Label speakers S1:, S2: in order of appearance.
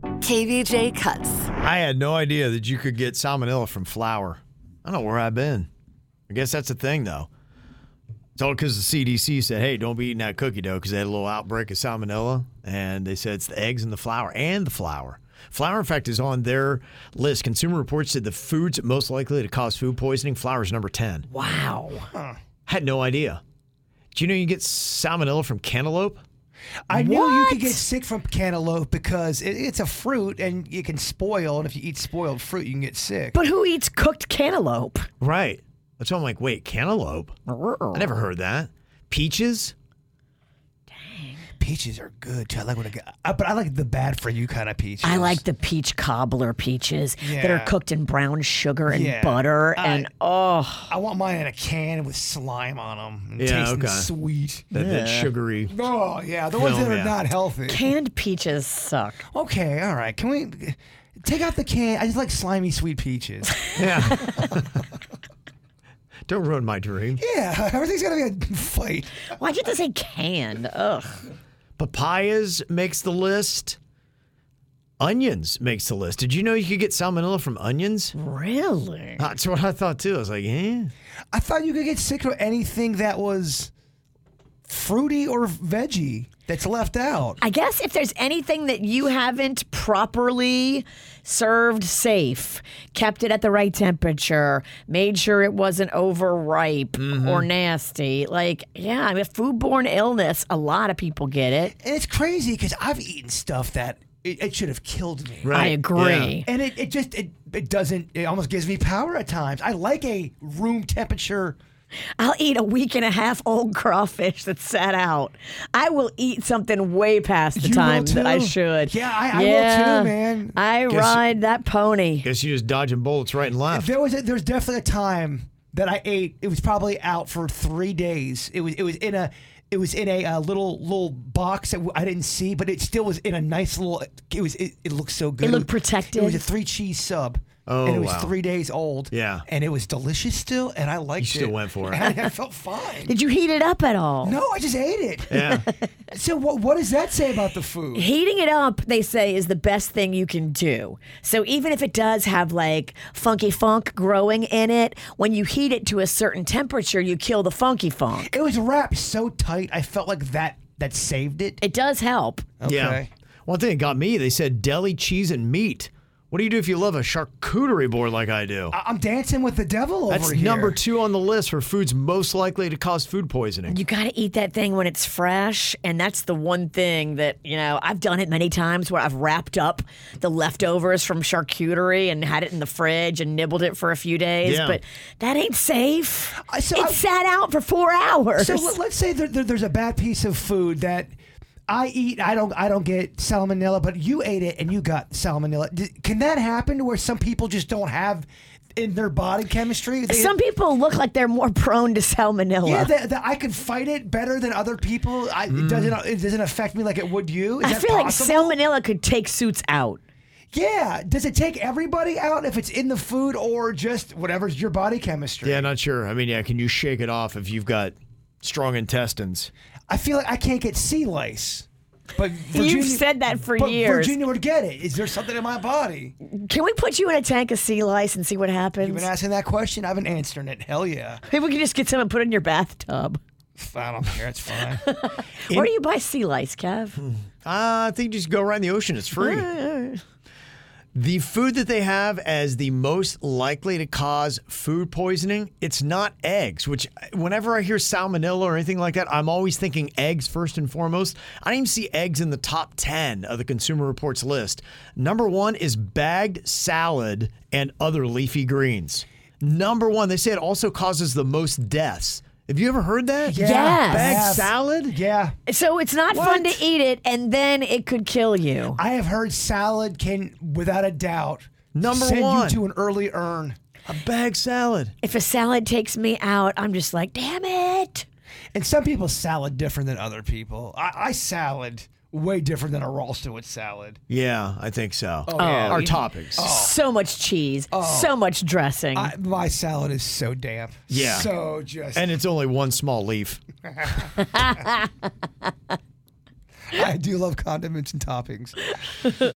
S1: KVJ cuts.
S2: I had no idea that you could get salmonella from flour. I don't know where I've been. I guess that's the thing, though. It's all because the CDC said, hey, don't be eating that cookie dough because they had a little outbreak of salmonella. And they said it's the eggs and the flour and the flour. Flour, in fact, is on their list. Consumer Reports said the foods most likely to cause food poisoning, flour is number 10.
S3: Wow.
S2: Had no idea. Do you know you get salmonella from cantaloupe?
S3: I knew you could get sick from cantaloupe because it, it's a fruit and it can spoil. And if you eat spoiled fruit, you can get sick.
S4: But who eats cooked cantaloupe?
S2: Right. That's why I'm like, wait, cantaloupe? I never heard that. Peaches?
S3: peaches are good too. I like when I get, I, but I like the bad for you kind of peaches.
S4: I like the peach cobbler peaches that are
S3: Yeah.
S4: cooked in brown sugar and
S3: Yeah.
S4: butter,
S3: I-
S4: and oh,
S3: I want mine in a can with slime on them. And
S2: Yeah,
S3: tasting
S2: okay.
S3: Sweet.
S2: That, that sugary.
S3: Oh yeah, the ones
S2: No,
S3: that are
S2: yeah.
S3: not healthy.
S4: canned peaches suck.
S3: Okay, all right. Can we take out the can? I just like slimy sweet peaches.
S2: Yeah. Don't ruin my dream.
S3: yeah, everything's gonna be a fight.
S4: Why'd you have to say canned? Ugh.
S2: Papayas makes the list. Onions makes the list. Did you know you could get salmonella from onions?
S4: Really?
S2: That's what I thought too. I was like, eh?
S3: I thought you could get sick from anything that was fruity or veggie that's left out.
S4: I guess if there's anything that you haven't properly served safe, kept it at the right temperature, made sure it wasn't overripe or nasty, like, yeah, I mean, foodborne illness, a lot of people get it.
S3: And it's crazy because I've eaten stuff that it, it should have killed me.
S4: I
S2: Right,
S4: agree.
S3: And it, it just it, it doesn't it almost gives me power at times. I like a room temperature.
S4: I'll eat a week and a half old crawfish that sat out. I will eat something way past the
S3: You will
S4: time that I
S3: too.
S4: should.
S3: Yeah, I- I will too, man.
S4: I
S2: Guess-
S4: ride that pony.
S2: Guess you're just dodging bullets right and left.
S3: There was a, there was definitely a time that I ate. It was probably out for three days. It was it was in a it was in a, uh little little box that w- I didn't see, but it still was in a nice little. It was it, it looked so good.
S4: looked protected.
S3: It was a three cheese sub.
S2: Oh,
S3: and it was
S2: wow.
S3: three days old.
S2: Yeah.
S3: and it was delicious still, and I liked it.
S2: still went for it.
S3: And I felt fine.
S4: Did you heat it up at all?
S3: No, I just ate it.
S2: Yeah.
S3: So what what does that say about the food?
S4: Heating it up, they say, is the best thing you can do. So even if it does have like funky funk growing in it, when you heat it to a certain temperature, you kill the funky funk.
S3: It was wrapped so tight. I felt like that that saved it.
S4: It does help.
S2: Yeah. One thing that got me, they said deli cheese and meat. What do you do if you love a charcuterie board like I do?
S3: I- I'm dancing with the devil Uh, over
S2: That's
S3: here.
S2: number two on the list for foods most likely to cause food poisoning.
S4: You got to eat that thing when it's fresh. And that's the one thing that, you know, I've done it many times where I've wrapped up the leftovers from charcuterie and had it in the fridge and nibbled it for a few days.
S2: Yeah.
S4: But that ain't safe.
S3: I- Uh, so
S4: it
S3: I-
S4: sat out for four hours.
S3: So let- let's say there, there, there's a bad piece of food that I eat. I don't. I don't get salmonella, but you ate it and you got salmonella. D- can that happen to where some people just don't have in their body chemistry? They-
S4: Some people look like they're more prone to salmonella.
S3: Yeah, that, that I can fight it better than other people. I,
S2: Mm.
S3: It doesn't. It doesn't affect me like it would you. Is
S4: I
S3: that
S4: feel like
S3: possible?
S4: salmonella could take suits out.
S3: Yeah. Does it take everybody out if it's in the food or just whatever's your body chemistry?
S2: Yeah, not sure. I mean, yeah, can you shake it off if you've got strong intestines?
S3: I feel like I can't get sea lice. But Virginia,
S4: You've said that for
S3: but
S4: years.
S3: Virginia would get it. Is there something in my body?
S4: Can we put you in a tank of sea lice and see what happens?
S3: You've been asking that question. I've been answering it. Hell yeah.
S4: Maybe we can just get some and put it in your bathtub.
S3: I don't care. It's fine.
S4: Where do you buy sea lice, Kev?
S2: Uh, I think you just go right in the ocean. It's free. the food that they have as the most likely to cause food poisoning, it's not eggs, which whenever I hear salmonella or anything like that, I'm always thinking eggs first and foremost. I didn't even see eggs in the top 10 of the Consumer Reports list. Number one is bagged salad and other leafy greens. Number one, they say it also causes the most deaths Have you ever heard that?
S4: Yeah. Yes.
S2: Bag
S3: Yes.
S2: salad?
S3: Yeah.
S4: So it's not fun to eat it, and then it could kill you.
S3: I have heard salad can, without a doubt,
S2: Number
S3: send
S2: one.
S3: you to an early urn.
S2: A bag salad.
S4: If a salad takes me out, I'm just like, damn it.
S3: And some people salad different than other people. I, I salad way different than a Ralston would salad.
S2: Yeah, I think so. Oh,
S4: yeah.
S2: Our
S4: You-
S2: toppings.
S4: So much cheese, so much dressing.
S3: I, my salad is so damp.
S2: Yeah.
S3: So just,
S2: And it's only one small leaf.
S3: I do love condiments and toppings.